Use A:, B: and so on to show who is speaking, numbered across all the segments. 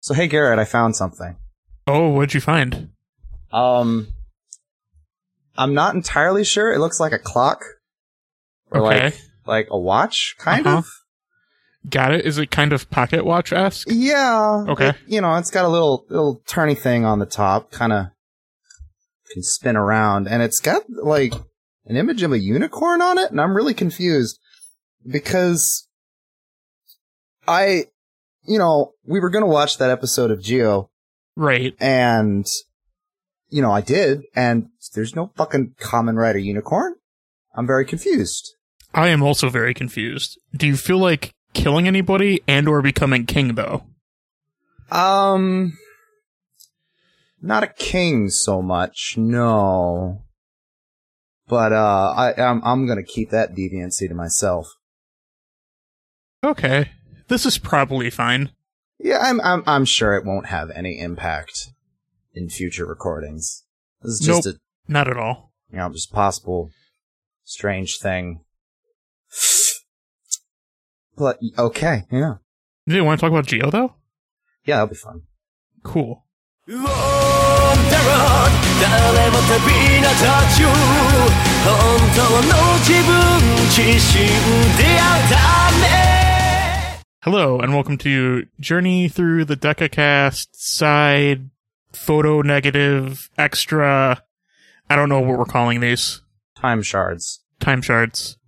A: So hey Garrett, I found something.
B: Oh, what'd you find?
A: Um, I'm not entirely sure. It looks like a clock, or
B: okay,
A: like like a watch, kind
B: Uh-huh.
A: of.
B: got it. Is it kind of pocket watch esque?
A: Yeah.
B: Okay.
A: it- you know, it's got a little little turny thing on the top, kind of can spin around, and it's got like an image of a unicorn on it, and I'm really confused because I, you know, we were gonna watch that episode of Geo,
B: Right.
A: and you know, I did, and there's no fucking common rider unicorn. I'm very confused.
B: I am also very confused. Do you feel like killing anybody and or becoming king though?
A: Um, not a king so much, no. But uh, I I'm I'm gonna keep that deviancy to myself.
B: Okay, this is probably fine.
A: Yeah, I'm I'm I'm sure it won't have any impact in future recordings. This is just
B: Nope.
A: a
B: Not at all.
A: you know just possible strange thing. But okay, yeah,
B: Do you want to talk about Geo though?
A: yeah, that'll be fun.
B: Cool.
C: ロンダロン誰も旅立たちゅう本当の自分自身であるため
B: Hello and welcome to Journey Through the DecaCast Side Photo Negative Extra. I don't know what we're calling these
A: Time shards.
B: time shards.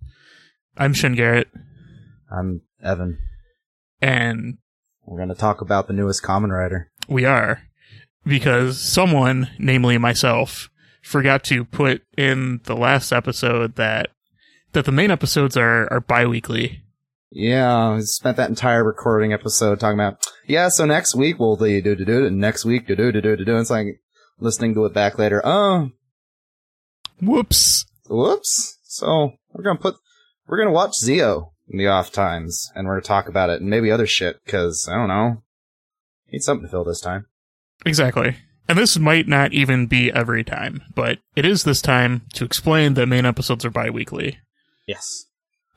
B: I'm Shin Garrett,
A: I'm Evan.
B: and
A: We're gonna talk about the newest Common Rider.
B: we are because someone, namely myself, forgot to put in the last episode that that the main episodes are are biweekly.
A: Yeah, I spent that entire recording episode talking about yeah. So next week we'll do do do do, and next week do do do do do. do. It's like listening to it back later. Oh,
B: Whoops.
A: whoops. So we're gonna put we're gonna watch Zio in the off times, and we're gonna talk about it and maybe other shit because I don't know. Need something to fill this time.
B: Exactly. And this might not even be every time, but it is this time to explain that main episodes are biweekly
A: Yes.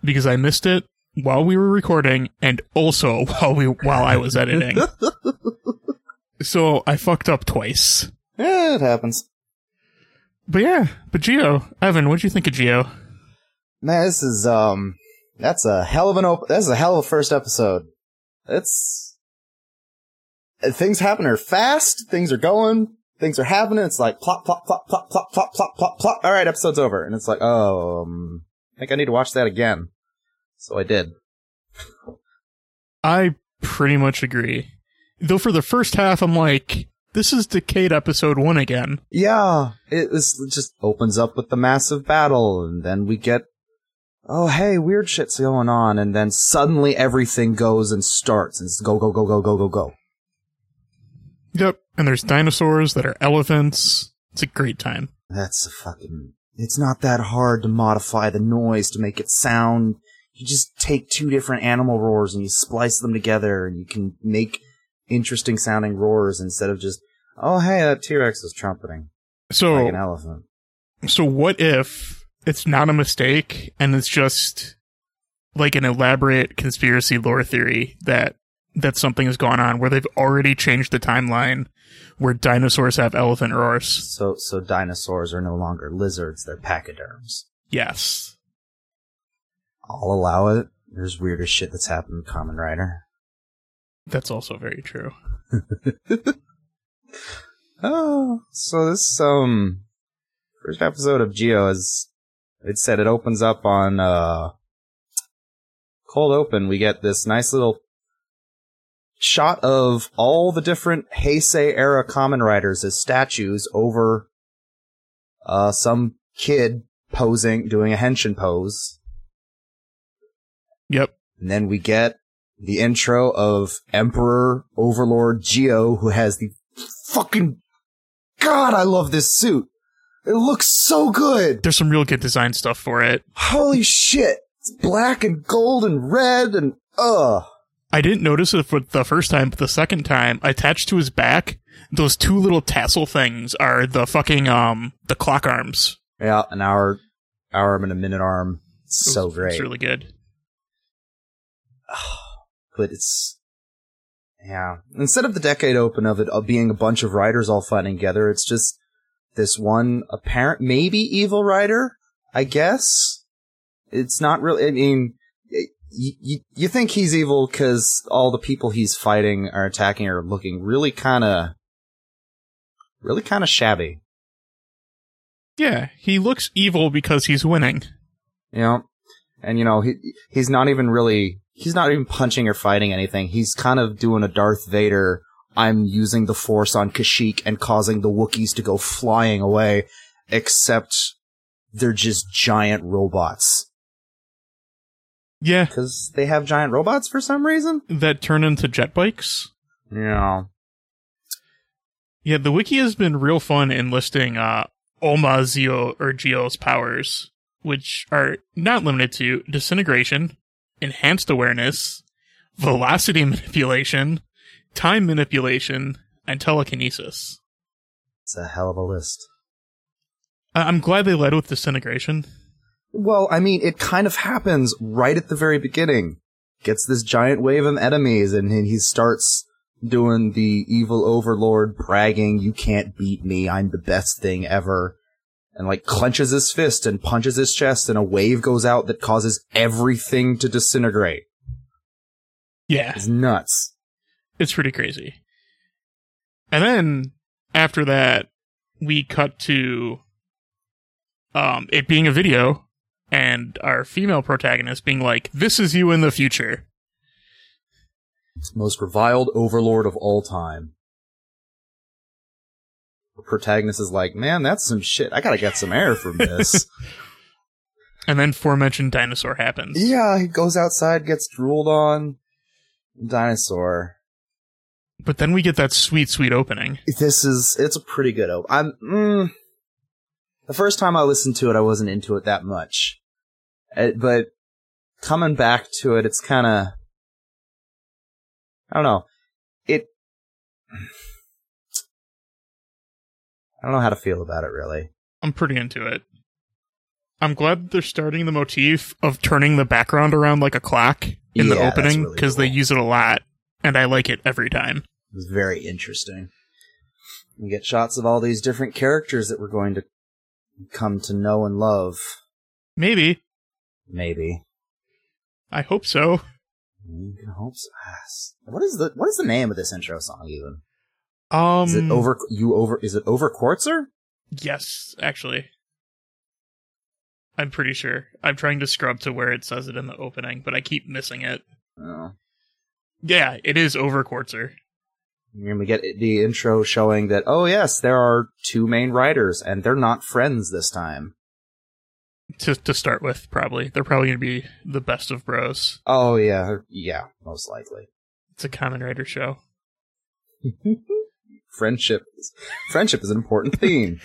B: because I missed it while we were recording and also while we while I was editing. so I fucked up twice.
A: Yeah, it happens.
B: But yeah, but Geo, Evan, what'd you think of Geo?
A: Man, this is um, that's a hell of an op- that's a hell of a first episode. It's uh, things happen are fast. Things are going. Things are happening. It's like plop, plop, plop, plop, plop, plop, plop, plop, plop. All right, episode's over, and it's like, oh, um, I think I need to watch that again. So I did.
B: I pretty much agree. Though for the first half, I'm like, this is Decade episode one again.
A: Yeah, it was it just opens up with the massive battle, and then we get, oh hey, weird shit's going on, and then suddenly everything goes and starts, and it's go go go go go go go.
B: Yep. And there's dinosaurs that are elephants. It's a great time.
A: That's a fucking. It's not that hard to modify the noise to make it sound. You just take two different animal roars and you splice them together and you can make interesting sounding roars instead of just, oh hey, that T Rex is trumpeting like an
B: So,
A: elephant.
B: so what if it's not a mistake and it's just like an elaborate conspiracy lore theory that that something has gone on where they've already changed the timeline where dinosaurs have elephant roars.
A: So, so dinosaurs are no longer lizards, they're pachyderms.
B: Yes.
A: I'll allow it. There's weirder shit that's happened in Common Rider.
B: That's also very true.
A: Oh, so this um first episode of Geo is it said it opens up on uh cold open. We get this nice little shot of all the different Heisei era common riders as statues over uh some kid posing doing a henshin pose.
B: Yep.
A: And then we get the intro of Emperor Overlord Geo, who has the fucking God, I love this suit. It looks so good.
B: There's some real good design stuff for it.
A: Holy shit. It's black and gold and red and ugh.
B: I didn't notice it for the first time, but the second time, attached to his back, those two little tassel things are the fucking um the clock arms.
A: Yeah, an hour arm and a minute arm. It's so
B: It's-
A: great.
B: It's really good.
A: but it's Yeah. Instead of the decade open of it uh, being a bunch of writers all fighting together, it's just this one apparent, maybe evil writer, I guess. It's not really, I mean, it, you, you think he's evil because all the people he's fighting are attacking are looking really kind of, really kind of shabby.
B: Yeah, he looks evil because he's winning.
A: You know? And you know, he he's not even really he's not even punching or fighting anything. He's kind of doing a Darth Vader, I'm using the force on Kashyyyk and causing the Wookiees to go flying away, except they're just giant robots.
B: Yeah,
A: Because they have giant robots for some reason?
B: that turn into jet bikes.
A: Yeah.
B: Yeah, the wiki has been real fun in listing uh, Oma Zio or Geo's powers, which are not limited to disintegration, enhanced awareness, velocity manipulation, time manipulation, and telekinesis.
A: It's a hell of a list.
B: I- I'm glad they led with disintegration.
A: Well, I mean, it kind of happens right at the very beginning. Gets this giant wave of enemies, and then he starts doing the evil overlord bragging, "You can't beat me. I'm the best thing ever." And like clenches his fist and punches his chest, and a wave goes out that causes everything to disintegrate.
B: Yeah.
A: It's nuts.
B: it's pretty crazy. And then after that, we cut to um, it being a video and our female protagonist being like, This is you in the future.
A: Most reviled overlord of all time. The protagonist is like, "Man, that's some shit. I gotta get some air from this."
B: And then forementioned dinosaur happens.
A: Yeah, he goes outside, gets drooled on. Dinosaur.
B: But then we get that sweet, sweet opening.
A: This is it's a pretty good op. I'm mm, the first time I listened to it, I wasn't into it that much, Uh, but coming back to it, it's kind of I don't know. It I don't know how to feel about it really.
B: I'm pretty into it. I'm glad they're starting the motif of turning the background around like a clock in the
A: Yeah, that's
B: opening
A: really
B: because they
A: cool.
B: use it a lot, and I like it every time.
A: It was very interesting. We get shots of all these different characters that we're going to come to know and love.
B: Maybe.
A: Maybe.
B: I hope so.
A: You can hope so. Ah, s- What is the what is the name of this intro song even?
B: Um,
A: Is it over you over is it over Quartzer?
B: Yes, actually. I'm pretty sure. I'm trying to scrub to where it says it in the opening, but I keep missing it.
A: Oh.
B: Yeah, it is over Quartzer.
A: And we get the intro showing that oh yes, there are two main writers and they're not friends this time.
B: To to start with, probably. They're probably gonna be the best of bros.
A: Oh yeah, yeah, most likely.
B: It's a common writer show.
A: Friendship friendship is an important theme.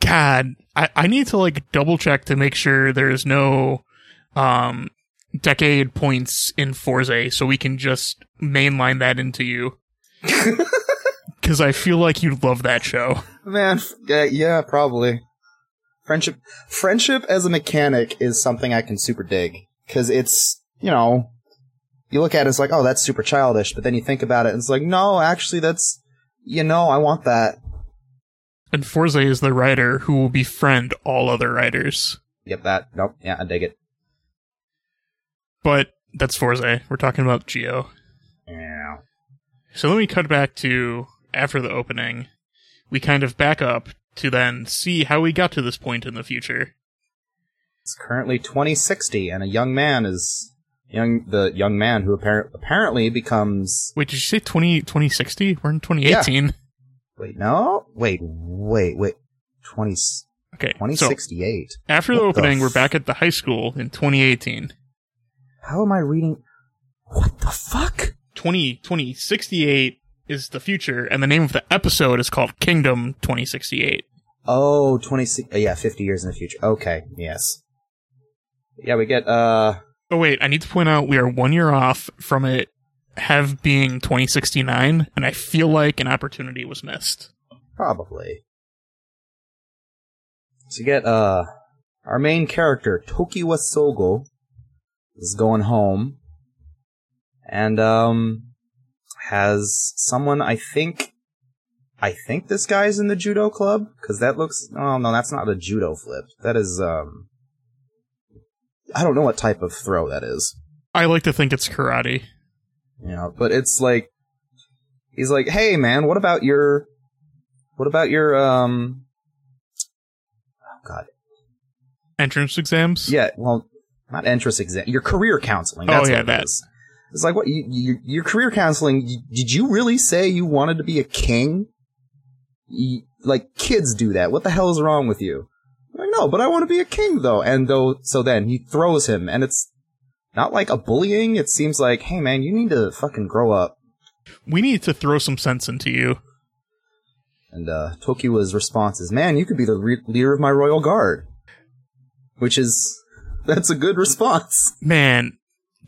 B: God, I, I need to like double check to make sure there's no um decade points in Forza so we can just mainline that into you. Cause I feel like you love that show.
A: Man, f- yeah, yeah, probably. Friendship, friendship as a mechanic is something I can super dig because it's you know, you look at it, it's like oh that's super childish, but then you think about it, and it's like no, actually that's you know I want that.
B: And Forza is the writer who will befriend all other writers.
A: Yep, that nope, yeah, I dig it.
B: But that's Forza. We're talking about Geo.
A: Yeah,
B: So let me cut back to after the opening. We kind of back up to then see how we got to this point in the future.
A: it's currently 2060, and a young man is young the young man who appar- apparently becomes
B: Wait, did you say 20, 2060? We're in 2018.
A: wait no wait wait wait 20,
B: Okay. So
A: 2068.
B: after the
A: What the
B: opening, we're
A: f-
B: back at the high school in 2018.
A: How am I reading? What the fuck?
B: 20, 2068 is the future, and the name of the episode is called Kingdom 2068.
A: Oh, 26 uh, yeah, 50 years in the future. Okay, yes. Yeah, we get uh
B: Oh wait, I need to point out we are one year off from it have being 2069, and I feel like an opportunity was missed.
A: probably. So we get uh our main character Tokiwa Sogo is going home and um has someone. I think, I think this guy's in the judo club because that looks. Oh no, that's not a judo flip. That is. um I don't know what type of throw that is.
B: I like to think it's karate.
A: You know, but it's like he's like, "Hey man, what about your what about your um oh god.
B: Entrance exams?
A: Yeah, well, not entrance exam, your career counseling.
B: Oh,
A: That's
B: yeah,
A: what
B: that.
A: that is. It's like what you, you your career counseling, y- did you really say you wanted to be a king? Y like kids do that. What the hell is wrong with you? I'm like, no, but I want to be a king though. And though so then he throws him and it's not like a bullying. It seems like, hey man, you need to fucking grow up.
B: We need to throw some sense into you.
A: And uh, Tokiwa's response is, "Man, you could be the re- leader of my royal guard," which is that's a good response.
B: Man,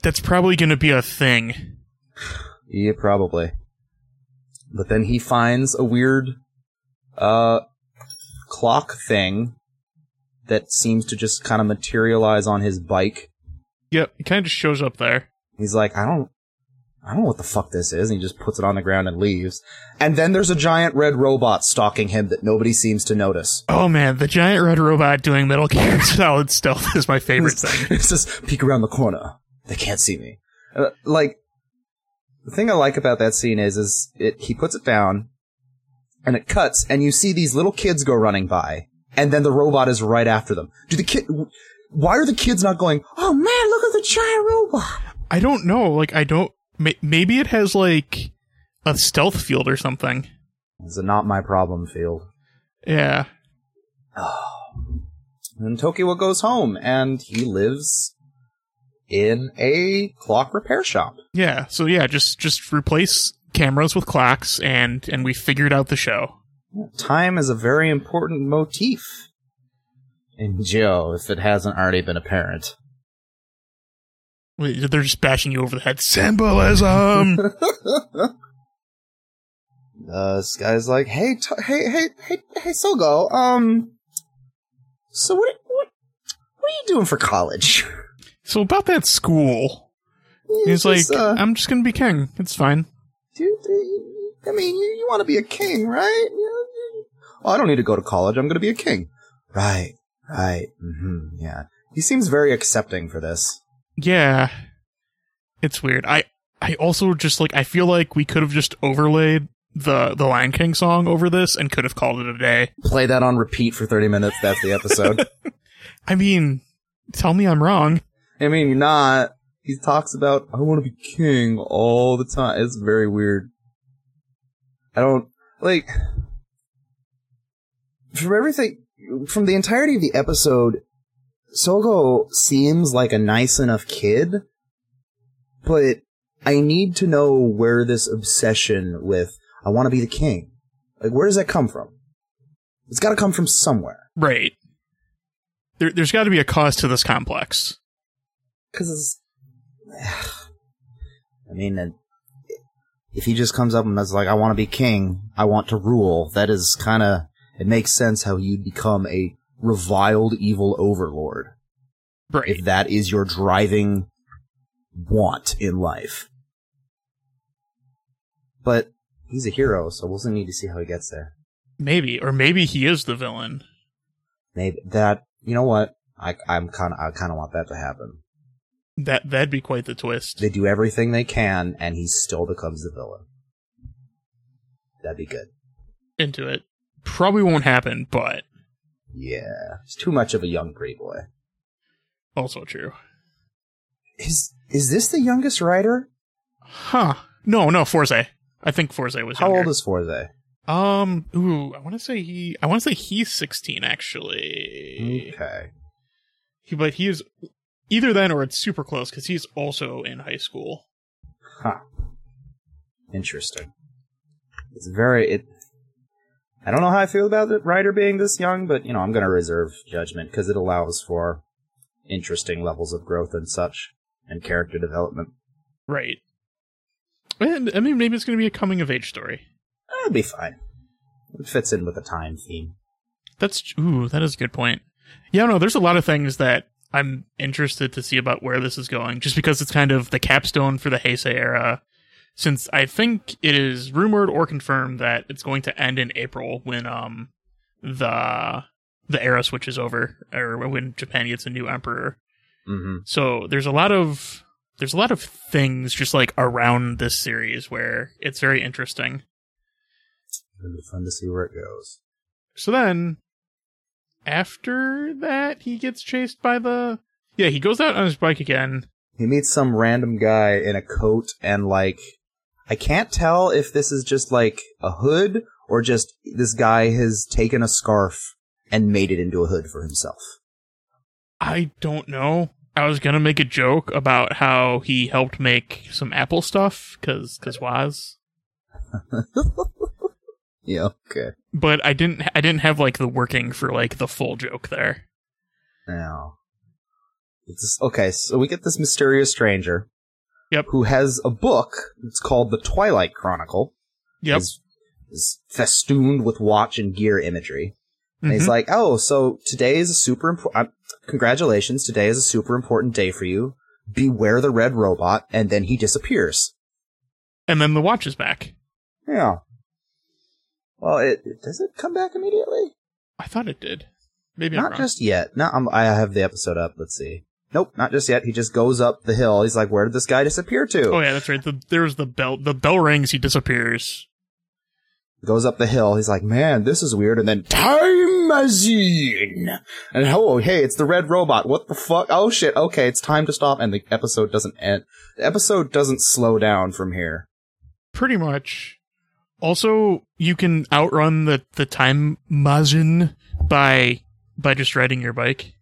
B: that's probably going to be a thing.
A: Yeah, probably. But then he finds a weird uh, clock thing that seems to just kind of materialize on his bike.
B: Yep, it kind of just shows up there.
A: He's like, "I don't." I don't know what the fuck this is, and he just puts it on the ground and leaves. And then there's a giant red robot stalking him that nobody seems to notice.
B: Oh man, the giant red robot doing Metal Gear Solid stealth is my favorite thing.
A: it's just peek around the corner. They can't see me. Uh, like the thing I like about that scene is, is it he puts it down, and it cuts, and you see these little kids go running by, and then the robot is right after them. Do the kid? Why are the kids not going? Oh man, look at the giant robot!
B: I don't know. Like, I don't. May- maybe it has like a stealth field or something.
A: It's a not my problem field.
B: Yeah.
A: And Tokiwa goes home, and he lives in a clock repair shop.
B: Yeah. So yeah, just just replace cameras with clocks, and and we figured out the show.
A: time is a very important motif in Joe, if it hasn't already been apparent.
B: Wait, They're just bashing you over the head. Symbolism.
A: Uh, this guy's like, "Hey, t- hey, hey, hey, hey, Sogo, um, so what, what, what are you doing for college?"
B: so about that school, he's like,
A: Just, uh,
B: I'm just gonna be king. It's fine.
A: dude, you- I mean, you, you want to be a king, right? You know, you- Oh, I don't need to go to college. I'm going to be a king. Right, right. hmm yeah, he seems very accepting for this.
B: Yeah. It's weird. I I also just like I feel like we could have just overlaid the the Lion King song over this and could have called it a day.
A: Play that on repeat for 30 minutes. That's the episode.
B: I mean, tell me I'm wrong.
A: I mean, you're not. He talks about I want to be king all the time. It's very weird. I don't like from everything from the entirety of the episode. Sogo seems like a nice enough kid, but I need to know where this obsession with I want to be the king. Like, where does that come from? It's got to come from somewhere.
B: Right. There there's got to be a cause to this complex.
A: Because, I mean, uh, if he just comes up and is like, I want to be king, I want to rule, that is kind of, it makes sense how you'd become a reviled evil overlord.
B: Right.
A: If that is your driving want in life. But he's a hero, so we'll still need to see how he gets there.
B: Maybe or maybe he is the villain.
A: Maybe that, you know what? I, I'm kind of, I kind of want that to happen.
B: That that'd be quite the twist.
A: They do everything they can, and he still becomes the villain. That'd be good.
B: Into it. Probably won't happen, but
A: Yeah, he's too much of a young pretty boy.
B: also true.
A: Is is this the youngest writer?
B: Huh. No, no, Forze. I think Forze was
A: How
B: younger.
A: old is Forze?
B: Um, ooh, I want to say he, I want to say he's 16 actually.
A: Okay,
B: He, but he is either then or it's super close because he's also in high school.
A: huh? Interesting. It's very it. I don't know how I feel about the writer being this young, but you know I'm going to reserve judgment because it allows for interesting levels of growth and such, and character development.
B: Right. And, I mean, maybe it's going to be a coming of age story.
A: That'd be fine. It fits in with the time theme.
B: That's, ooh, that is a good point. Yeah, no, there's a lot of things that I'm interested to see about where this is going just because it's kind of the capstone for the Heisei era. since I think it is rumored or confirmed that it's going to end in April when um the the era switches over or when Japan gets a new emperor. Mm-hmm.
A: hmm
B: So there's a lot of there's a lot of things just like around this series where it's very interesting.
A: It'll be fun to see where it goes.
B: So then after that he gets chased by the Yeah, he goes out on his bike again.
A: He meets some random guy in a coat and like I can't tell if this is just like a hood or just this guy has taken a scarf and made it into a hood for himself.
B: I don't know. I was gonna make a joke about how he helped make some Apple stuff, cause cause was,
A: Yeah, okay.
B: but I didn't I didn't have like the working for like the full joke there.
A: Now, it's this- okay, so we get this mysterious stranger.
B: Yep.
A: Who has a book. It's called The Twilight Chronicle.
B: Yep.
A: Is, is festooned with watch and gear imagery. And
B: Mhm.
A: he's like, "Oh, so today is a super important. Congratulations, today is a super important day for you. Beware the red robot." And then he disappears.
B: and then the watch is back.
A: Yeah. Well, it does it come back immediately?
B: I thought it did. Maybe I'm
A: not
B: wrong.
A: just yet. No, I'm, I have the episode up. Let's see. Nope, not just yet. He just goes up the hill. He's like, "Where did this guy disappear to?"
B: Oh yeah, that's right. The, there was the bell. The bell rings. He disappears.
A: Goes up the hill. He's like, "Man, this is weird." And then time machine. And oh, hey, it's the red robot. What the fuck? Oh shit. Okay, it's time to stop. And the episode doesn't end. The episode doesn't slow down from here.
B: Pretty much. Also, you can outrun the the time margin by by just riding your bike.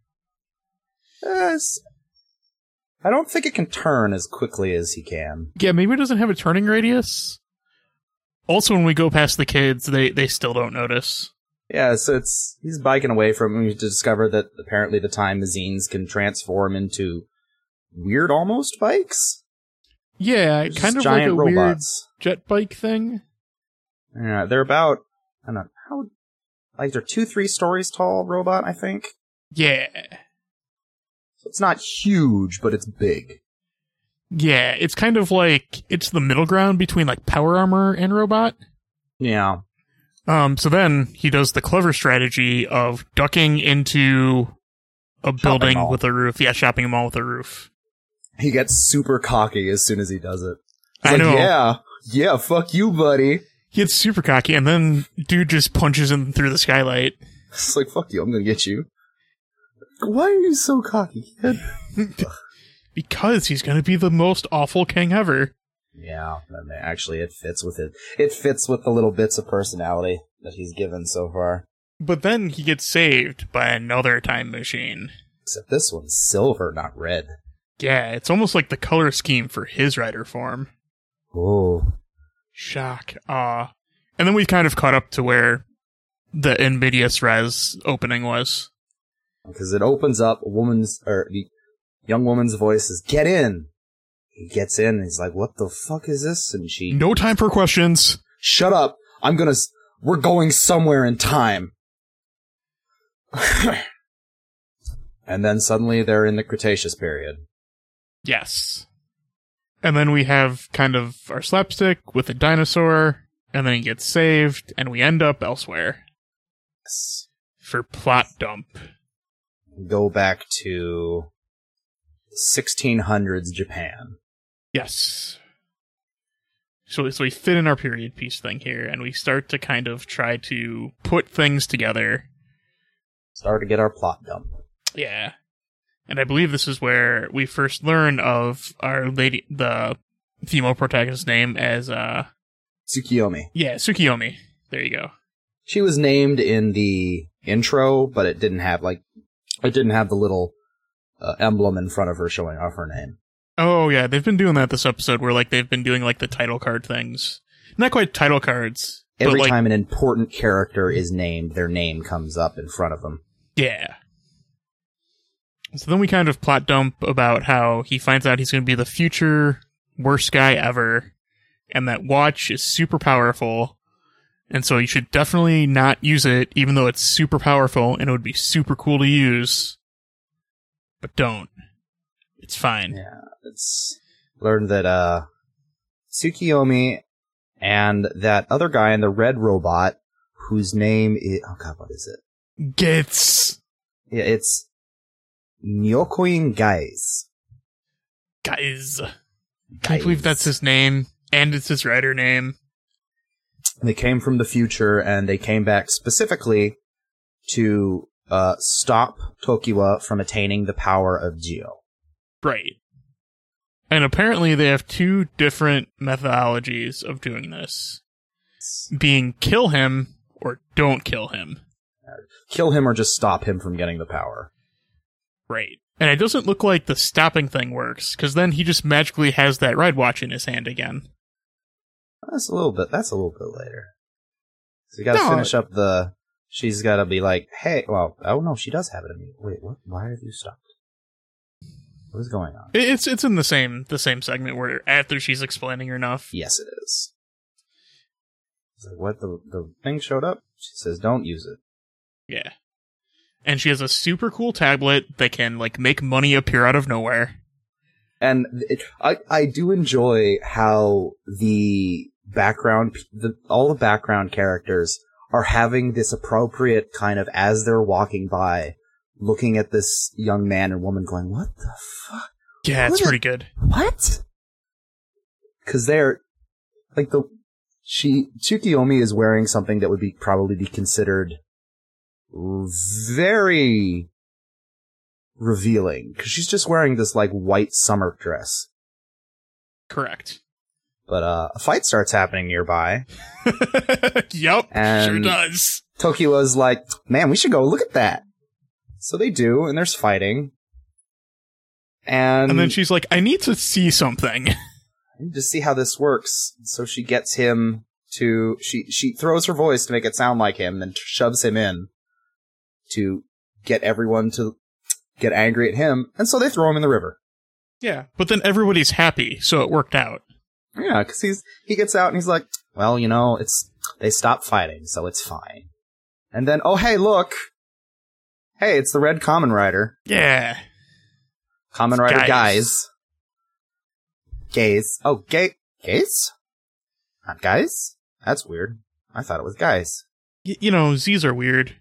A: Eh, it's- I don't think it can turn as quickly as he can.
B: Yeah, maybe it doesn't have a turning radius. Also, when we go past the kids, they they still don't notice.
A: Yeah, so it's he's biking away from him to discover that apparently the time machines can transform into weird almost bikes.
B: Yeah,
A: Just
B: kind of like a
A: giant
B: weird
A: robots.
B: jet bike thing.
A: Yeah, they're about I don't know how like they're two three stories tall robot I think.
B: Yeah,
A: So it's not huge, but it's big.
B: yeah. It's kind of like it's the middle ground between like power armor and robot.
A: Yeah,
B: Um, so then he does the clever strategy of ducking into a building
A: mall.
B: with a roof. Yeah, shopping mall with a roof.
A: he gets super cocky as soon as he does it. He's
B: I
A: like,
B: know.
A: Yeah, yeah, fuck you, buddy.
B: He gets super cocky, and then dude just punches him through the skylight.
A: It's like, fuck you, I'm gonna get you. Why are you so cocky, kid?
B: Because he's gonna be the most awful king ever.
A: Yeah, and actually, it fits with it. It fits with the little bits of personality that he's given so far.
B: But then he gets saved by another time machine.
A: Except this one's silver, not red.
B: Yeah, it's almost like the color scheme for his rider form.
A: Oh,
B: Shock, awe. And then we kind of caught up to where the Invidious Res opening was.
A: because it opens up. A woman's or the young woman's voice says, "Get in." He gets in. And he's like, "What the fuck is this?" And she,
B: No time for questions.
A: "Shut up! I'm gonna. s- We're going somewhere in time." and then suddenly they're in the Cretaceous period.
B: Yes. And then we have kind of our slapstick with a dinosaur, and then he gets saved, and we end up elsewhere
A: Yes.
B: for plot dump.
A: go back to 1600s Japan.
B: Yes. So, so we fit in our period piece thing here, and we start to kind of try to put things together.
A: Start to get our plot dump.
B: Yeah. And I believe this is where we first learn of our lady, the female protagonist's name as, uh,
A: Tsukiyomi.
B: yeah, Tsukiyomi. There you go.
A: She was named in the intro, but it didn't have like it didn't have the little uh, emblem in front of her showing off her name.
B: Oh yeah, they've been doing that this episode where like they've been doing like the title card things. Not quite title cards,
A: Every
B: but like
A: time an important character is named, their name comes up in front of them.
B: yeah. So then we kind of plot dump about how he finds out he's going to be the future worst guy ever and that watch is super powerful. And so you should definitely not use it even though it's super powerful and it would be super cool to use. But don't. It's fine.
A: Yeah, it's learned that uh Tsukiyomi and that other guy in the red robot whose name is, oh god, what is it?
B: Gets
A: Yeah, it's Nyokoin Guys.
B: guys. Can't believe that's his name, and it's his writer name.
A: They came from the future and they came back specifically to uh, stop Tokiwa from attaining the power of Geo.
B: Right. And apparently they have two different methodologies of doing this. Being kill him or don't kill him.
A: Kill him or just stop him from getting the power.
B: Right. And it doesn't look like the stopping thing works, because then he just magically has that ride watch in his hand again.
A: That's a little bit. That's a little bit later. So you got to
B: No.
A: finish up the. She's got to be like, hey, well, oh no, she does have it. in me. Wait, what? Why have you stopped? What is going on?
B: I- It's it's in the same the same segment where after she's explaining enough.
A: Yes, it is. It's like, what the the thing showed up? She says, don't use it.
B: Yeah. And she has a super cool tablet that can like make money appear out of nowhere.
A: and it, I I do enjoy how the background the all the background characters are having this appropriate kind of as they're walking by looking at this young man and woman going what the fuck
B: Yeah, it's
A: What?
B: pretty good.
A: what cuz they're like the she Tsukiyomi is wearing something that would be probably be considered very revealing cuz she's just wearing this like white summer dress
B: Correct.
A: But uh, a fight starts happening nearby.
B: yep. sure
A: And-
B: does.
A: Tokiwa's like, man, we should go look at that. So they do, and there's fighting. And,
B: And then she's like, I need to see something.
A: I need to see how this works. So she gets him to she she throws her voice to make it sound like him, then shoves him in to get everyone to get angry at him, and so they throw him in the river.
B: Yeah. But then everybody's happy, so it worked out.
A: Yeah, because he's he gets out and he's like, well, you know, it's they stopped fighting, so it's fine. And then, oh hey, look, hey, it's the Red Common Rider,
B: Yeah.
A: Common
B: It's
A: Rider
B: guys.
A: guys, gays. Oh, gay, gays, not guys. That's weird. I thought it was guys. Hmm.
B: Y- you know, Z's are weird.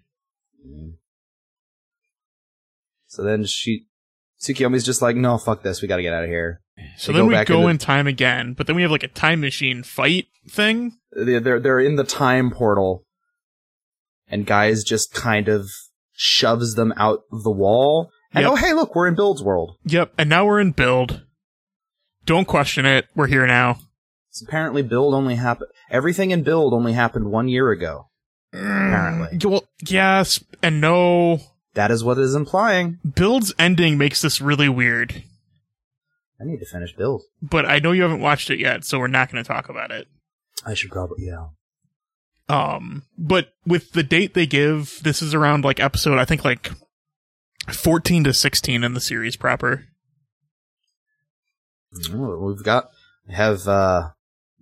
A: So then she, Tsukiyomi's just like, no, fuck this, we got to get out of here.
B: So
A: They
B: then
A: go
B: we
A: back
B: go
A: into-
B: in time again, but then we have like a time machine fight thing.
A: they're they're, they're in the time portal, and guys just kind of shoves them out the wall. And
B: Yep.
A: oh hey, look, we're in Build's world.
B: Yep. And now we're in build. Don't question it. We're here now.
A: So apparently, Build only happened. Everything in Build only happened one year ago. Apparently,
B: Y- Well, yes and no.
A: that is what it is implying.
B: Build's ending makes this really weird,
A: I need to finish Build.
B: but I know you haven't watched it yet, so we're not going to talk about it.
A: I should probably yeah.
B: Um, but with the date they give, this is around like episode, I think like 14 to 16 in the series proper.
A: Ooh, We've got we have uh,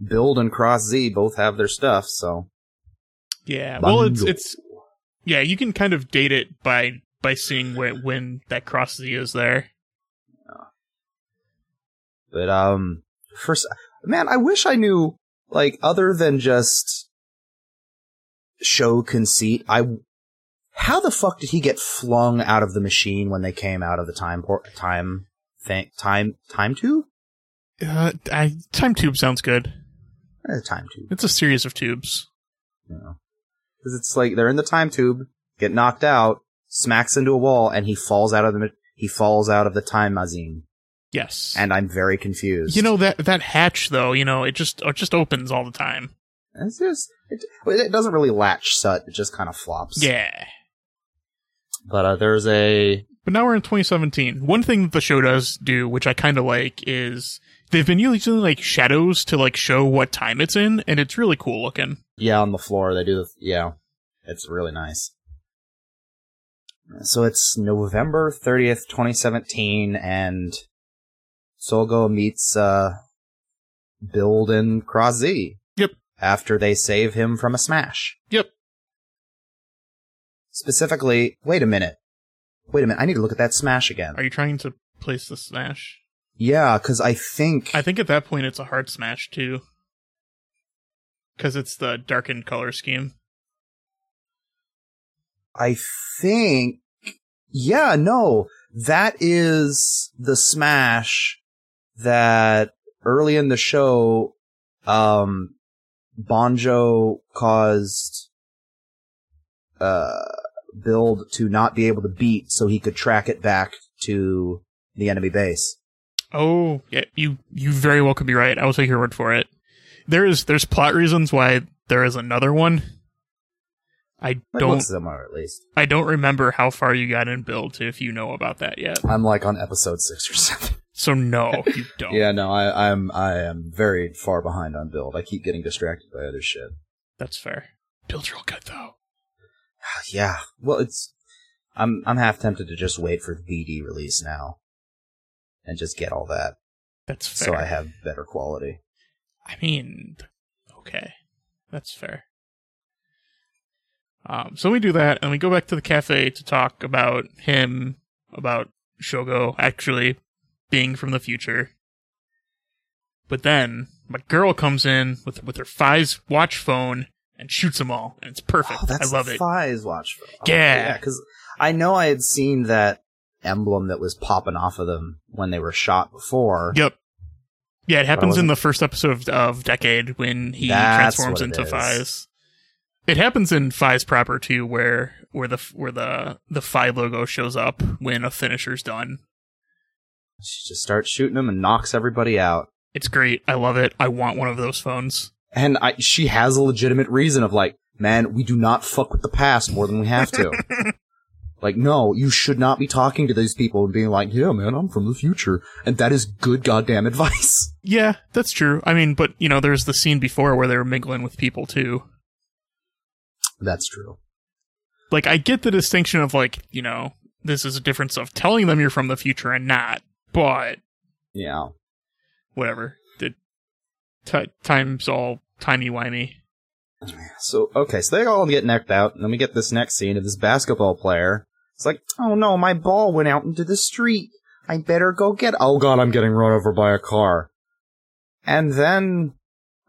A: Build and Cross Z both have their stuff. So
B: Yeah. Well, it's,
A: Bungo.
B: it's, yeah, you can kind of date it by, by seeing when, when that cross Z is there.
A: But um, first, man, I wish I knew like other than just show conceit. I how the fuck did he get flung out of the machine when they came out of the time port time thing time time tube?
B: Uh, I, time tube sounds good.
A: Eh, time tube,
B: It's a series of tubes.
A: you know, because it's like they're in the time tube, get knocked out, smacks into a wall, and he falls out of the ma- he falls out of the time machine.
B: Yes.
A: And I'm very confused.
B: you know that that hatch though, you know, it just it just opens all the time.
A: it's just it, it doesn't really latch shut; it just kind of flops.
B: Yeah.
A: But uh, there's a
B: But now we're in 2017. One thing that the show does do, which I kind of like, is they've been using like shadows to like show what time it's in, and it's really cool looking.
A: yeah on the floor. They do the yeah. It's really nice. So it's November thirtieth, twenty seventeen, and Solgo meets uh Build and Cross Z.
B: Yep.
A: After they save him from a smash.
B: Yep.
A: Specifically, wait a minute. Wait a minute, I need to look at that smash again.
B: Are you trying to place the smash?
A: Yeah, because I think
B: I think at that point it's a hard smash too, because it's the darkened color scheme.
A: I think, yeah, no, that is the smash that early in the show, um, Bonjo caused, uh, Build to not be able to beat so he could track it back to the enemy base.
B: Oh, yeah, you you very well could be right. I will take your word for it. There is there's plot reasons why there is another one. I
A: Like,
B: don't
A: most of them are at least.
B: I don't remember how far you got in build if you know about that yet.
A: I'm like on episode six or seven.
B: So no, you don't.
A: Yeah, no, I, I'm I am very far behind on build. I keep getting distracted by other shit.
B: That's fair. Build's real good though.
A: Yeah. Well, it's I'm I'm half tempted to just wait for the BD release now and just get all that
B: That's
A: so
B: fair.
A: I have better quality.
B: I mean, okay, that's fair. Um, so we do that, and we go back to the cafe to talk about him, about Shogo actually being from the future. But then my girl comes in with with her Fi's watch phone and shoots them all, and it's perfect.
A: Oh, that's
B: I love
A: the
B: it.
A: Fi's watch. Oh,
B: Yeah.
A: cuz I know I had seen that emblem that was popping off of them when they were shot before.
B: Yep. Yeah, it happens
A: wasn't-
B: in the first episode of, of Decade when he
A: That's what
B: transforms
A: it
B: into
A: is.
B: Fize. It happens in Fize proper too, where where the where the the Fi logo shows up when a finisher's done.
A: She just starts shooting them and knocks everybody out.
B: It's great. I love it. I want one of those phones.
A: And I, she has a legitimate reason of like, man, we do not fuck with the past more than we have to. like, no, you should not be talking to these people and being like, yeah, man, I'm from the future. And that is good goddamn advice.
B: Yeah, that's true. I mean, but you know, there's the scene before where they were mingling with people too.
A: That's true.
B: Like, I get the distinction of like, you know, this is a difference of telling them you're from the future and not, but
A: Yeah.
B: whatever. The ti time's all timey wimey.
A: So, okay, so they all get necked out, and then we get this next scene of this basketball player. It's like, oh no, my ball went out into the street. I better go get. Oh god, I'm getting run over by a car. And then,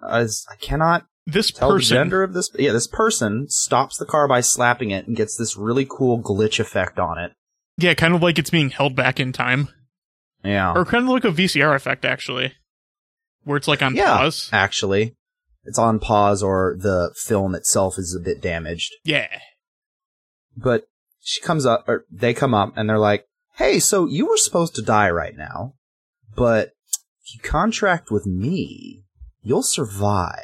A: uh, I cannot
B: This
A: tell
B: person,
A: the gender of this. Yeah, this person stops the car by slapping it and gets this really cool glitch effect on it.
B: yeah, kind of like it's being held back in time,
A: Yeah,
B: or kind of like a VCR effect actually, where it's like on
A: Yeah.
B: pause.
A: actually, it's on pause or the film itself is a bit damaged.
B: Yeah,
A: But she comes up, or they come up, and they're like, "Hey, so you were supposed to die right now, but if you contract with me, you'll survive,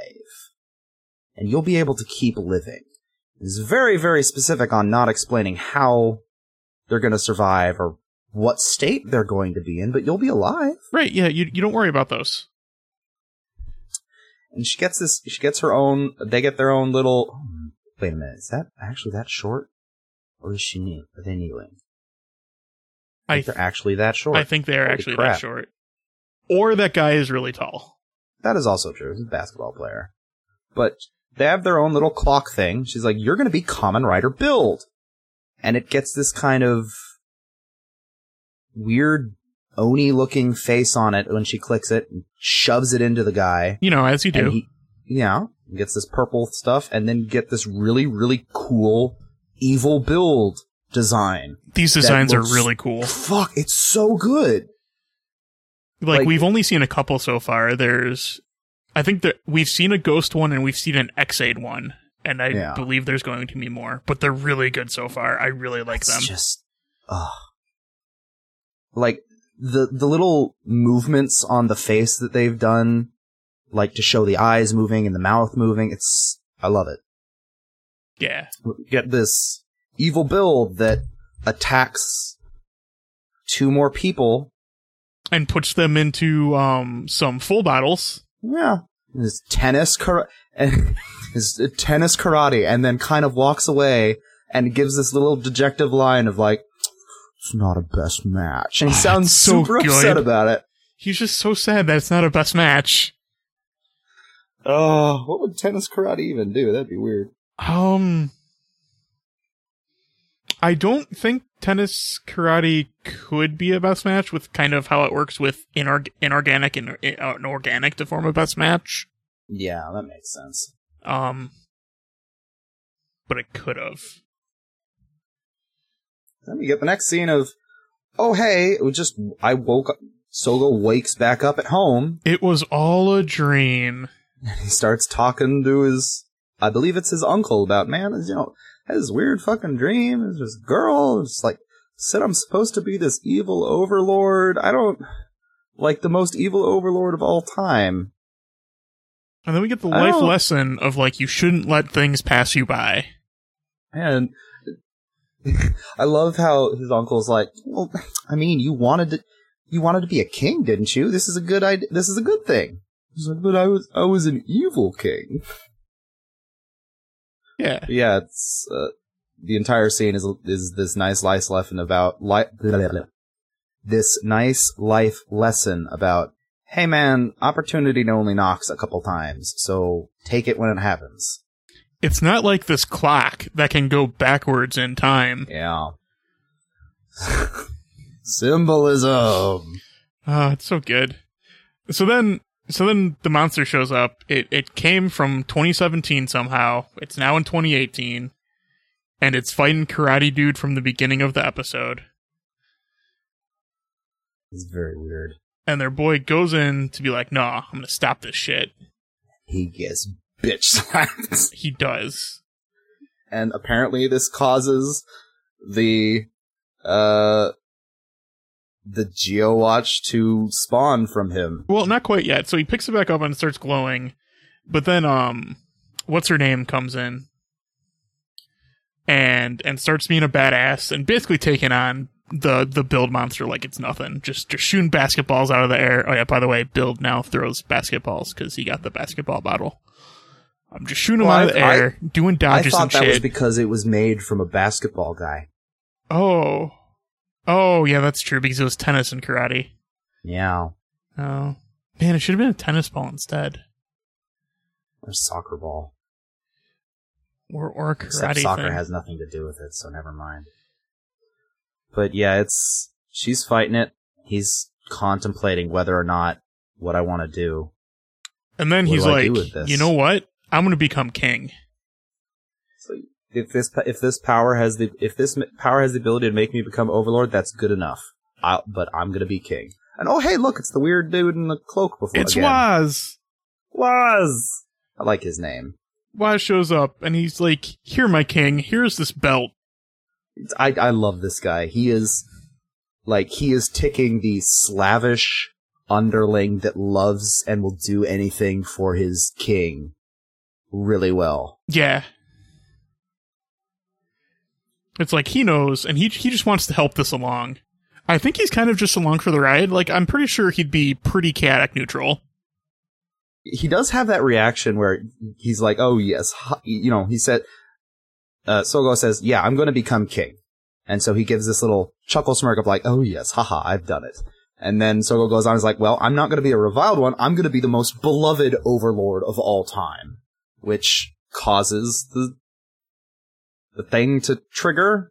A: and you'll be able to keep living." It's very, very specific on not explaining how they're going to survive or what state they're going to be in, but you'll be alive.
B: right. Yeah, you you don't worry about those.
A: And she gets this. She gets her own. They get their own little. Wait a minute. Is that actually that short, or is she knee? Are they kneeling?
B: I
A: they're actually that short.
B: I think they are
A: Holy
B: actually
A: crap.
B: that short, or that guy is really tall.
A: That is also true. He's a basketball player. But they have their own little clock thing. She's like, you're going to be Common Rider Build. And it gets this kind of weird Oni looking face on it when she clicks it and shoves it into the guy.
B: You know, as you do.
A: And he, yeah, gets this purple stuff and then get this really, really cool evil build design.
B: These designs are
A: looks-
B: really cool.
A: Fuck, it's so good.
B: Like,
A: like-
B: we've only seen a couple so far. There's, I think that we've seen a ghost one and we've seen an X8 one, and I
A: Yeah.
B: believe there's going to be more. But they're really good so far. I really like
A: It's
B: them.
A: just, ugh. Like the the little movements on the face that they've done, like to show the eyes moving and the mouth moving. It's I love it.
B: yeah.
A: We Get this evil build that attacks two more people.
B: and puts them into um some full battles.
A: Yeah, is tennis kara- and is tennis karate, and then kind of walks away and gives this little dejective line of like. It's not a best match, and he
B: Ah,
A: sounds
B: it's so
A: super upset
B: good.
A: about it.
B: He's just so sad that it's not a best match.
A: Oh, what would tennis karate even do? That'd be weird.
B: Um I don't think tennis karate could be a best match with kind of how it works with inorg- inorganic and uh, an organic to form a best match.
A: Yeah, that makes sense.
B: Um, but it could have.
A: Then we get the next scene of, oh hey, it was just I woke up. Sogo wakes back up at home.
B: It was all a dream.
A: He starts talking to his, I believe it's his uncle about man, you know, had this weird fucking dream. It's this girl, it's like said I'm supposed to be this evil overlord. I don't like the most evil overlord of all time.
B: And then we get the
A: I
B: life
A: don't-
B: lesson of like you shouldn't let things pass you by.
A: And I love how his uncle's like, well, I mean, you wanted to, you wanted to be a king, didn't you? This is a good idea. This is a good thing. He's like, but I was, I was an evil king.
B: Yeah.
A: yeah, it's uh, the entire scene is is this nice life lesson about li- blah, blah, blah. this nice life lesson about hey man, opportunity only knocks a couple times, so take it when it happens.
B: It's not like this clock that can go backwards in time.
A: Yeah. Symbolism.
B: Ah, it's so good. So then, so then the monster shows up. It it came from 2017 somehow. It's now in 2018, and it's fighting Karate Dude from the beginning of the episode.
A: It's very weird.
B: And their boy goes in to be like, "Nah, I'm gonna stop this shit."
A: He gets bitch slapped.
B: He does.
A: and apparently this causes the uh the geowatch to spawn from him
B: Well, not quite yet. So he picks it back up and it starts glowing. But then um what's her name comes in and and starts being a badass and basically taking on the the build monster like it's nothing. Just just shooting basketballs out of the air. Oh yeah, by the way, build now throws basketballs cuz he got the basketball bottle. I'm just shooting
A: Well,
B: him out of the
A: I-
B: air, doing
A: i
B: dodges
A: thought
B: and
A: that was
B: shit.
A: because it was made from a basketball guy
B: oh. Oh, yeah, that's true because it was tennis and karate.
A: yeah
B: Oh. Man, it should have been a tennis ball instead.
A: or soccer ball
B: Or or a karate
A: except soccer
B: thing.
A: has nothing to do with it so never mind but yeah it's she's fighting it he's contemplating whether or not what i want to do
B: And then
A: What
B: he's
A: do I
B: like,
A: do with this?
B: you know what? I'm going to become king.
A: so if this if this power has the if this m- power has the ability to make me become overlord that's good enough I, but i'm gonna be king and oh hey look it's the weird dude in the cloak before
B: it's
A: again.
B: Waz.
A: was i like his name
B: Waz shows up and he's like, here, my king, here's this belt.
A: It's- I, I love this guy. He is like he is ticking the slavish underling that loves and will do anything for his king really well.
B: Yeah. It's like he knows and he, he just wants to help this along. I think he's kind of just along for the ride. Like, I'm pretty sure he'd be pretty chaotic neutral.
A: He does have that reaction where he's like, "Oh yes," hi- you know. He said, uh, "Sogo says, yeah, I'm going to become king," and so he gives this little chuckle smirk of like, "Oh yes, haha, I've done it." And then Sogo goes on, he's like, "Well, I'm not going to be a reviled one. I'm going to be the most beloved overlord of all time." which causes the the thing to trigger.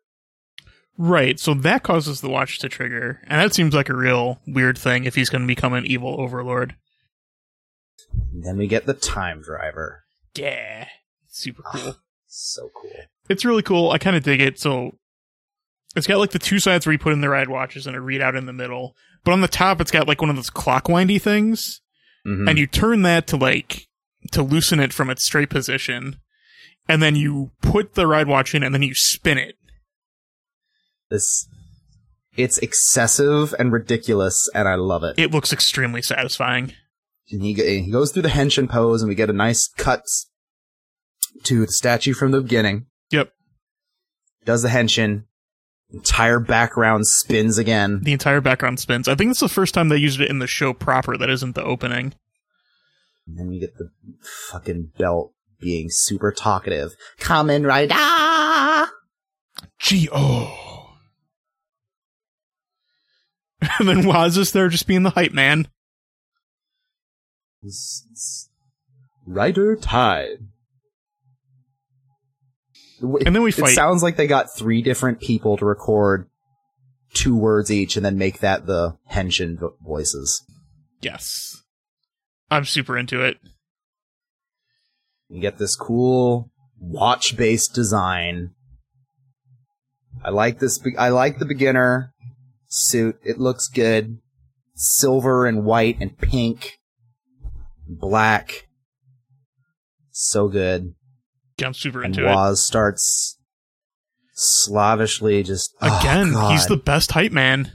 B: Right, so that causes the watch to trigger. And that seems like a real weird thing if he's going to become an evil overlord.
A: Then we get the time driver.
B: Yeah. Super cool.
A: So cool.
B: it's really cool. I kind of dig it. So it's got like the two sides where you put in the ride watches and a readout in the middle. But on the top, it's got like one of those clock windy things,
A: Mhm.
B: and you turn that to like to loosen it from its straight position, and then you put the ride watch in, and then you spin it.
A: this it's excessive and ridiculous, and I love it.
B: It looks extremely satisfying.
A: And he he goes through the henshin pose, and we get a nice cut to the statue from the beginning.
B: Yep,
A: Does the henshin? Entire background spins again.
B: the entire background spins. I think this is the first time they used it in the show proper. That isn't the opening.
A: And then we get the fucking belt being super talkative. Common Rider!
B: G O. And then Waz is there just being the hype man.
A: S- s- Rider Tide.
B: And then we
A: It
B: fight.
A: sounds like they got three different people to record two words each and then make that the henshin vo- voices.
B: yes. I'm super into it.
A: You get this cool watch based design. I like this. Be- I like the beginner suit. It looks good. Silver and white and pink. Black. So good.
B: I'm super
A: And
B: into
A: Waz starts slavishly just
B: it.
A: oh,
B: Again, he's
A: God.
B: the best hype man.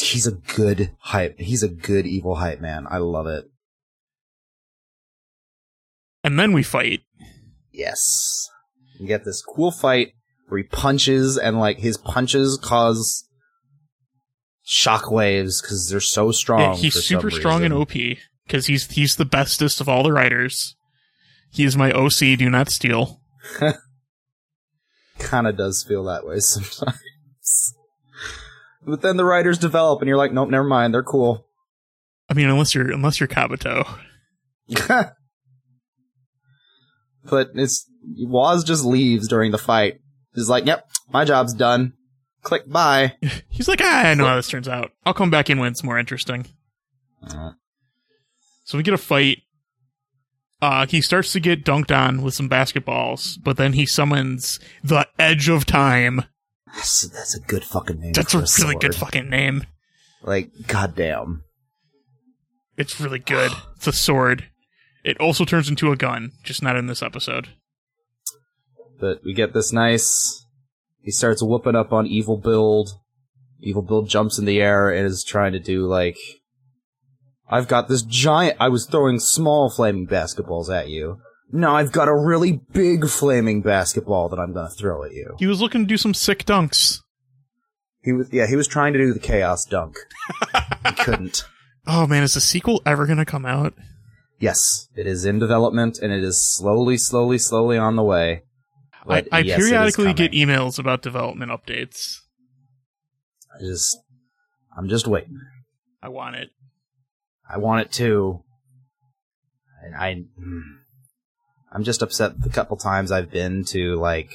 A: he's a good hype. He's a good evil hype man. I love it.
B: And then we fight.
A: Yes. You get this cool fight where he punches and like his punches cause shockwaves because they're so strong.
B: Yeah, he's
A: Oh, for some
B: super strong
A: reason.
B: and OP because he's he's the bestest of all the writers. He is my OC. Do not steal.
A: Kind of does feel that way sometimes. but then the writers develop, and you're like, nope, never mind. They're cool.
B: I mean, unless you're unless you're Kabuto.
A: but it's Waz just leaves during the fight. He's like, yep, my job's done. Click bye.
B: He's like, ah, I know how this turns out. I'll come back in when it's more interesting.
A: Alright.
B: So we get a fight. Uh, he starts to get dunked on with some basketballs, but then he summons the Edge of Time.
A: That's, that's a good fucking name.
B: That's
A: for
B: a really good
A: sword.
B: fucking name.
A: Like, goddamn.
B: It's really good. It's a sword. It also turns into a gun, just not in this episode.
A: But we get this nice. He starts whooping up on Evil Build. Evil Build jumps in the air and is trying to do like, I've got this giant. I was throwing small flaming basketballs at you. Now I've got a really big flaming basketball that I'm gonna throw at you.
B: He was looking to do some sick dunks.
A: He was yeah, he was trying to do the chaos dunk. he couldn't.
B: Oh man, is the sequel ever gonna come out?
A: Yes, it is in development and it is slowly, slowly, slowly on the way.
B: I,
A: But
B: I
A: yes, it is
B: periodically
A: coming.
B: get emails about development updates.
A: I just, I'm just waiting.
B: I want it.
A: I want it too. And I, mm. I'm just upset the couple times I've been to like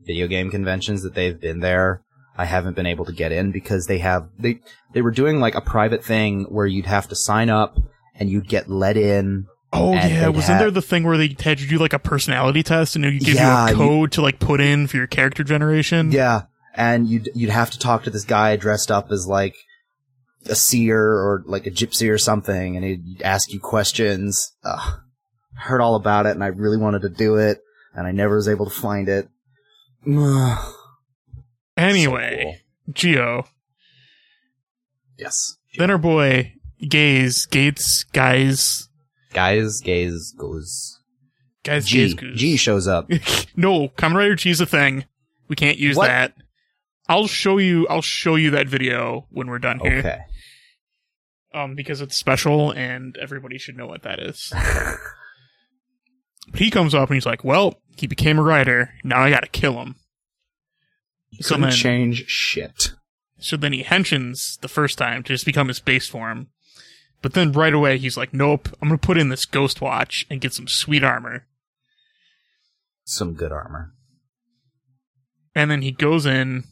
A: video game conventions that they've been there. I haven't been able to get in because they have, they, they were doing like a private thing where you'd have to sign up and you'd get let in.
B: Oh
A: And
B: yeah,
A: they'd
B: wasn't there
A: have-
B: the thing where they had you do like a personality test and it would give
A: Yeah,
B: you
A: you-
B: a code to like put in for your character generation?
A: Yeah. And you'd, you'd have to talk to this guy dressed up as like a seer or like a gypsy or something. And he'd ask you questions. Ugh. I heard all about it and I really wanted to do it. And I never was able to find it. Ugh.
B: Anyway, Geo.
A: Yes.
B: Then our boy Gaze Gates Guys
A: Guys, gays, goes.
B: Guys
A: G.
B: Gaze Goose.
A: G shows up.
B: no, Kamen Rider G's a thing. We can't use
A: What?
B: that. I'll show you. I'll show you that video when we're done here,
A: Okay.
B: um, because it's special and everybody should know what that is. but he comes up and he's like, "Well, he became a writer. Now I gotta kill him." So
A: Couldn't
B: then,
A: change shit.
B: so then he henshins the first time to just become his base form. But then right away he's like, "Nope, I'm gonna put in this ghost watch and get some sweet armor."
A: Some good armor.
B: And then he goes in,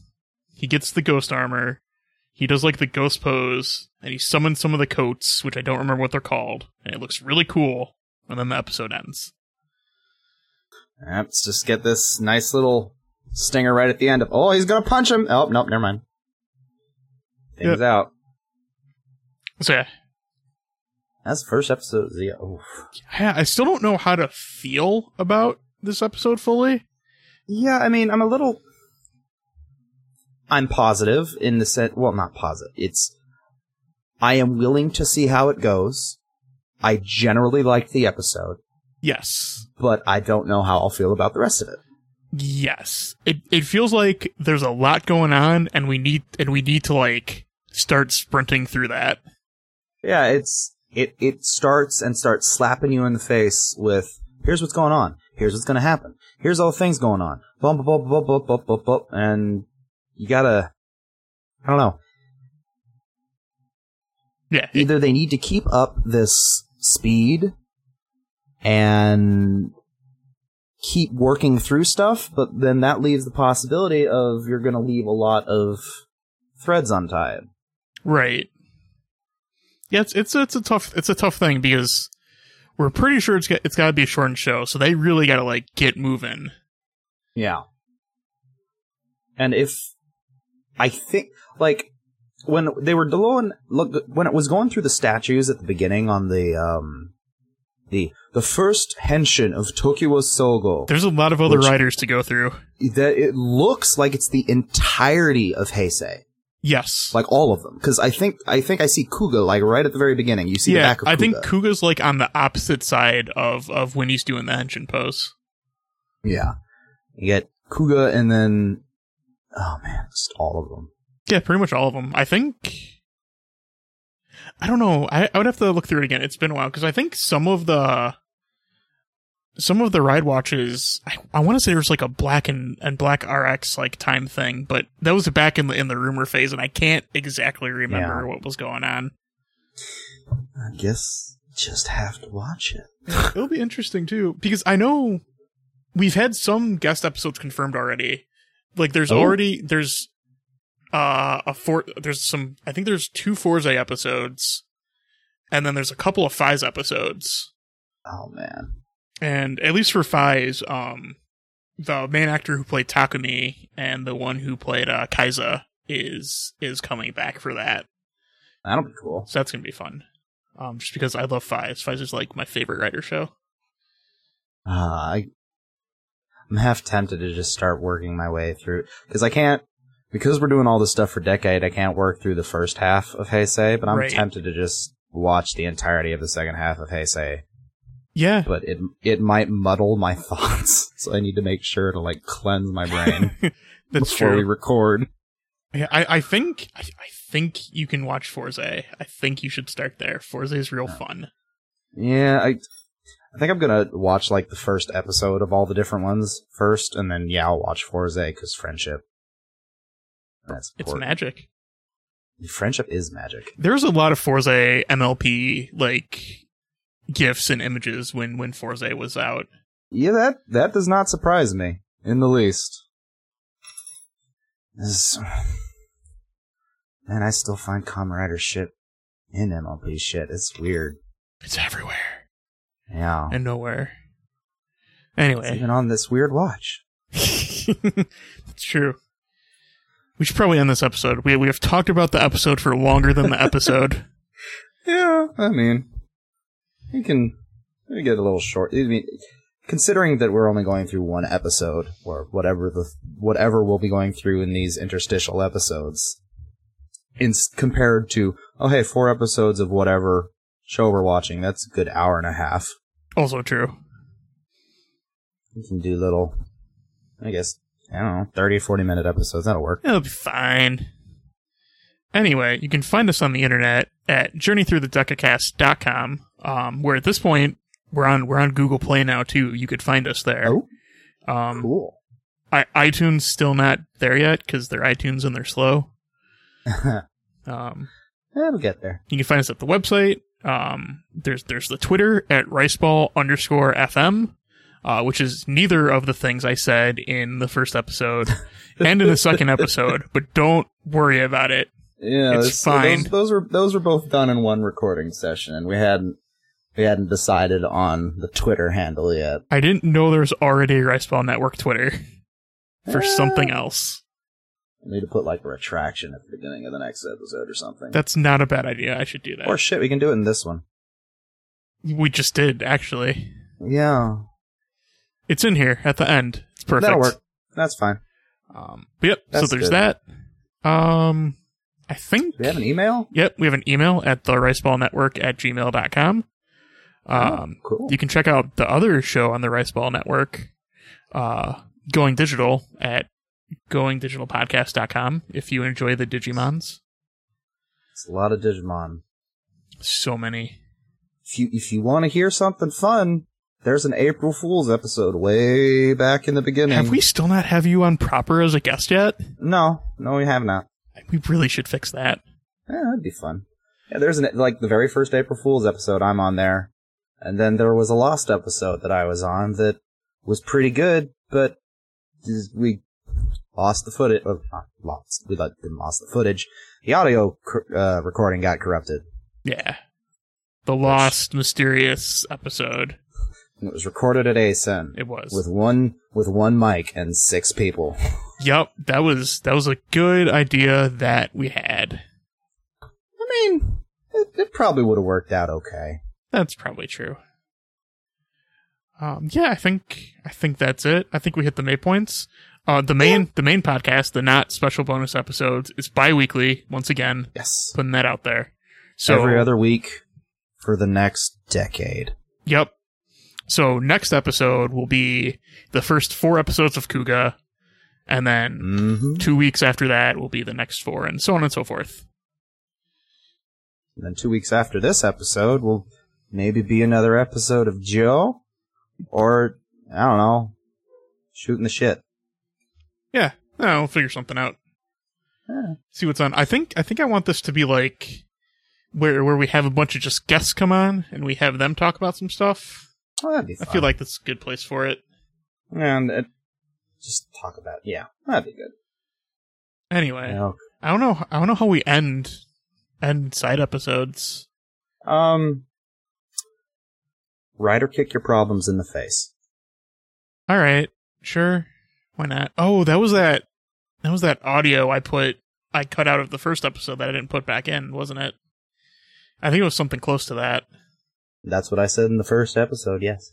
B: he gets the ghost armor, he does like the ghost pose, and he summons some of the coats, which I don't remember what they're called, and it looks really cool. And then the episode ends.
A: Yep, let's just get this nice little stinger right at the end of, oh, he's gonna punch him. Oh, nope, never mind. Things
B: Yep.
A: out.
B: So yeah,
A: That's the first episode of Zia. Oof.
B: I I still don't know how to feel about this episode fully.
A: Yeah, I mean, I'm a little. I'm positive in the sense. Well, not positive. It's. I am willing to see how it goes. I generally liked the episode,
B: Yes.
A: but I don't know how I'll feel about the rest of it.
B: Yes. It it feels like there's a lot going on and we need and we need to like start sprinting through that.
A: Yeah, it's it it starts and starts slapping you in the face with here's what's going on, here's what's gonna happen, here's all the things going on, bump bump bump bump bump bump bump, and you gotta I don't know.
B: Yeah. it-
A: either they need to keep up this speed and keep working through stuff, but then that leaves the possibility of you're going to leave a lot of threads untied.
B: Right. Yeah, it's it's it's a tough it's a tough thing because we're pretty sure it's got, it's got to be a shortened show, so they really got to like get moving.
A: Yeah. And if I think like when they were going look when it was going through the statues at the beginning on the um the the first henshin of Tokyo Sogo
B: There's a lot of other
A: Which-
B: writers to go through.
A: that it looks like it's the entirety of Heisei
B: Yes.
A: like all of them cuz I think I think I see Kuga like right at the very beginning you see the
B: yeah,
A: back of Kuga
B: I think Kuga's like on the opposite side of of when he's doing the henshin pose.
A: yeah you get Kuga and then oh man just all of them
B: Yeah, pretty much all of them. I think. I don't know. I, I would have to look through it again. It's been a while because I think some of the some of the ride watches. I, I want to say there was like a black and, and black RX like time thing, but that was back in the in the rumor phase, and I can't exactly remember
A: Yeah.
B: what was going on.
A: I guess just have to watch it
B: It'll be interesting too because I know we've had some guest episodes confirmed already. Like there's
A: Oh.
B: already there's uh a four there's some I think there's two Forza episodes and then there's a couple of Fize episodes.
A: oh man
B: And at least for Fize, um the main actor who played Takumi and the one who played uh Kaiza is is coming back for that.
A: that'll be cool
B: So that's gonna be fun. Um just because I love Fize. Fize is like my favorite writer show.
A: Uh, I, I'm half tempted to just start working my way through because I can't because we're doing all this stuff for decade. I can't work through the first half of Heisei, but I'm
B: Right.
A: tempted to just watch the entirety of the second half of Heisei.
B: Yeah.
A: But it it might muddle my thoughts, so I need to make sure to like cleanse my brain
B: That's
A: before
B: true.
A: we record.
B: Yeah, I, I think I, I think you can watch Forza. I think you should start there. Forza is real fun.
A: Yeah, I I think I'm gonna watch like the first episode of all the different ones first, and then yeah, I'll watch Forza because friendship. That's
B: It's
A: important.
B: magic.
A: Friendship is magic.
B: There's a lot of Forza MLP like gifs and images when when Forza was out.
A: Yeah, that that does not surprise me in the least. This, man, I still find Kamen Rider shit in MLP shit. It's weird.
B: It's everywhere
A: Yeah,
B: and nowhere.
A: it's
B: Anyway,
A: even on this weird watch.
B: it's true. We should probably end this episode. We we have talked about the episode for longer than the episode.
A: Yeah, I mean, you can you get a little short. I mean, considering that we're only going through one episode or whatever the whatever we'll be going through in these interstitial episodes, in compared to oh hey four episodes of whatever show we're watching, that's a good hour and a half.
B: also true.
A: You can do little, I guess. I don't know, 30, 40 minute episodes. That'll work.
B: It'll be fine. Anyway, you can find us on the internet at journeythroughthedecacast.com. Um, where at this point we're on we're on Google Play now too. You could find us there.
A: Oh.
B: um,
A: Cool.
B: I, iTunes still not there yet because they're iTunes and they're slow. Um,
A: That'll get there.
B: you can find us at the website. Um, there's there's the Twitter at riceball underscore fm, uh, which is neither of the things I said in the first episode and in the second episode. But don't worry about it.
A: Yeah,
B: It's
A: this-
B: fine.
A: Those, those were those were both done in one recording session, and we hadn't we hadn't decided on the Twitter handle yet.
B: I didn't know there was already a Riceball Network Twitter for
A: Ah.
B: something else.
A: We need to put like a retraction at the beginning of the next episode or something.
B: That's not a bad idea. I should do that.
A: or shit, we can do it in this one.
B: we just did, actually.
A: Yeah,
B: It's in here at the end. It's perfect.
A: that'll work. That's fine.
B: Um, but yep.
A: That's
B: so there's
A: good.
B: that. Um, I think.
A: Do we have an email?
B: Yep, we have an email at the Riceball Network at gmail.com. Um,
A: Oh, cool.
B: You can check out the other show on the Riceball Network, uh, Going Digital at goingdigitalpodcast.com if you enjoy the Digimons.
A: It's a lot of Digimon.
B: So many.
A: If you if you want to hear something fun, there's an April Fool's episode way back in the beginning.
B: Have we still not have you on proper as a guest yet?
A: No, no, we have not.
B: We really should fix that.
A: Yeah, Eh, that'd be fun. Yeah, there's an like the very first April Fools episode I'm on there, and then there was a Lost episode that I was on that was pretty good, but is- we lost the footage. Uh, not lost. We let them lost the footage. The audio cor- uh, recording got corrupted.
B: Yeah. The lost, mysterious episode.
A: And it was recorded at ASN
B: It was.
A: with one with one mic and six people.
B: Yep, that was that was a good idea that we had.
A: I mean, it, it probably would have worked out okay.
B: That's probably true. Um, yeah, I think I think that's it. I think we hit the main points. Uh, the main the main podcast, the not special bonus episodes, is bi-weekly once again.
A: Yes.
B: Putting that out there. So
A: Every other week for the next decade.
B: Yep. So next episode will be the first four episodes of Kuga, and then
A: Mm-hmm.
B: two weeks after that will be the next four, and so on and so forth.
A: And then two weeks after this episode will maybe be another episode of Joe, or I don't know, shooting the shit.
B: Yeah, no, we'll figure something out.
A: Yeah.
B: See what's on. I think I think I want this to be like where where we have a bunch of just guests come on and we have them talk about some stuff.
A: Well, that'd be
B: I
A: fun.
B: feel like that's a good place for it.
A: and it, just talk about yeah, that'd be good.
B: Anyway,
A: Yeah.
B: I don't know. I don't know how we end end side episodes.
A: Um, ride or kick your problems in the face.
B: All right, sure. Why not? Oh, that was that. That was that audio I put. I cut out of the first episode that I didn't put back in, wasn't it? I think it was something close to that.
A: That's what I said in the first episode. Yes,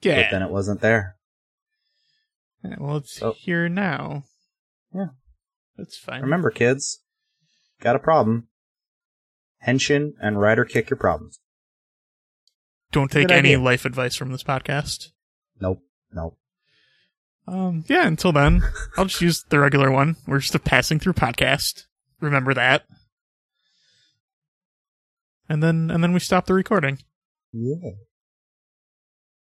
A: but
B: Yeah.
A: then it wasn't there.
B: Yeah, well, it's
A: Oh.
B: here now.
A: Yeah.
B: That's fine.
A: Remember, kids, got a problem. Henshin and ride or kick your problems.
B: Don't take
A: Good
B: any
A: idea.
B: life advice from this podcast.
A: Nope, nope.
B: Um, yeah, until then, I'll just use the regular one. We're just a passing through podcast. Remember that. And then and then we stop the recording.
A: Yeah.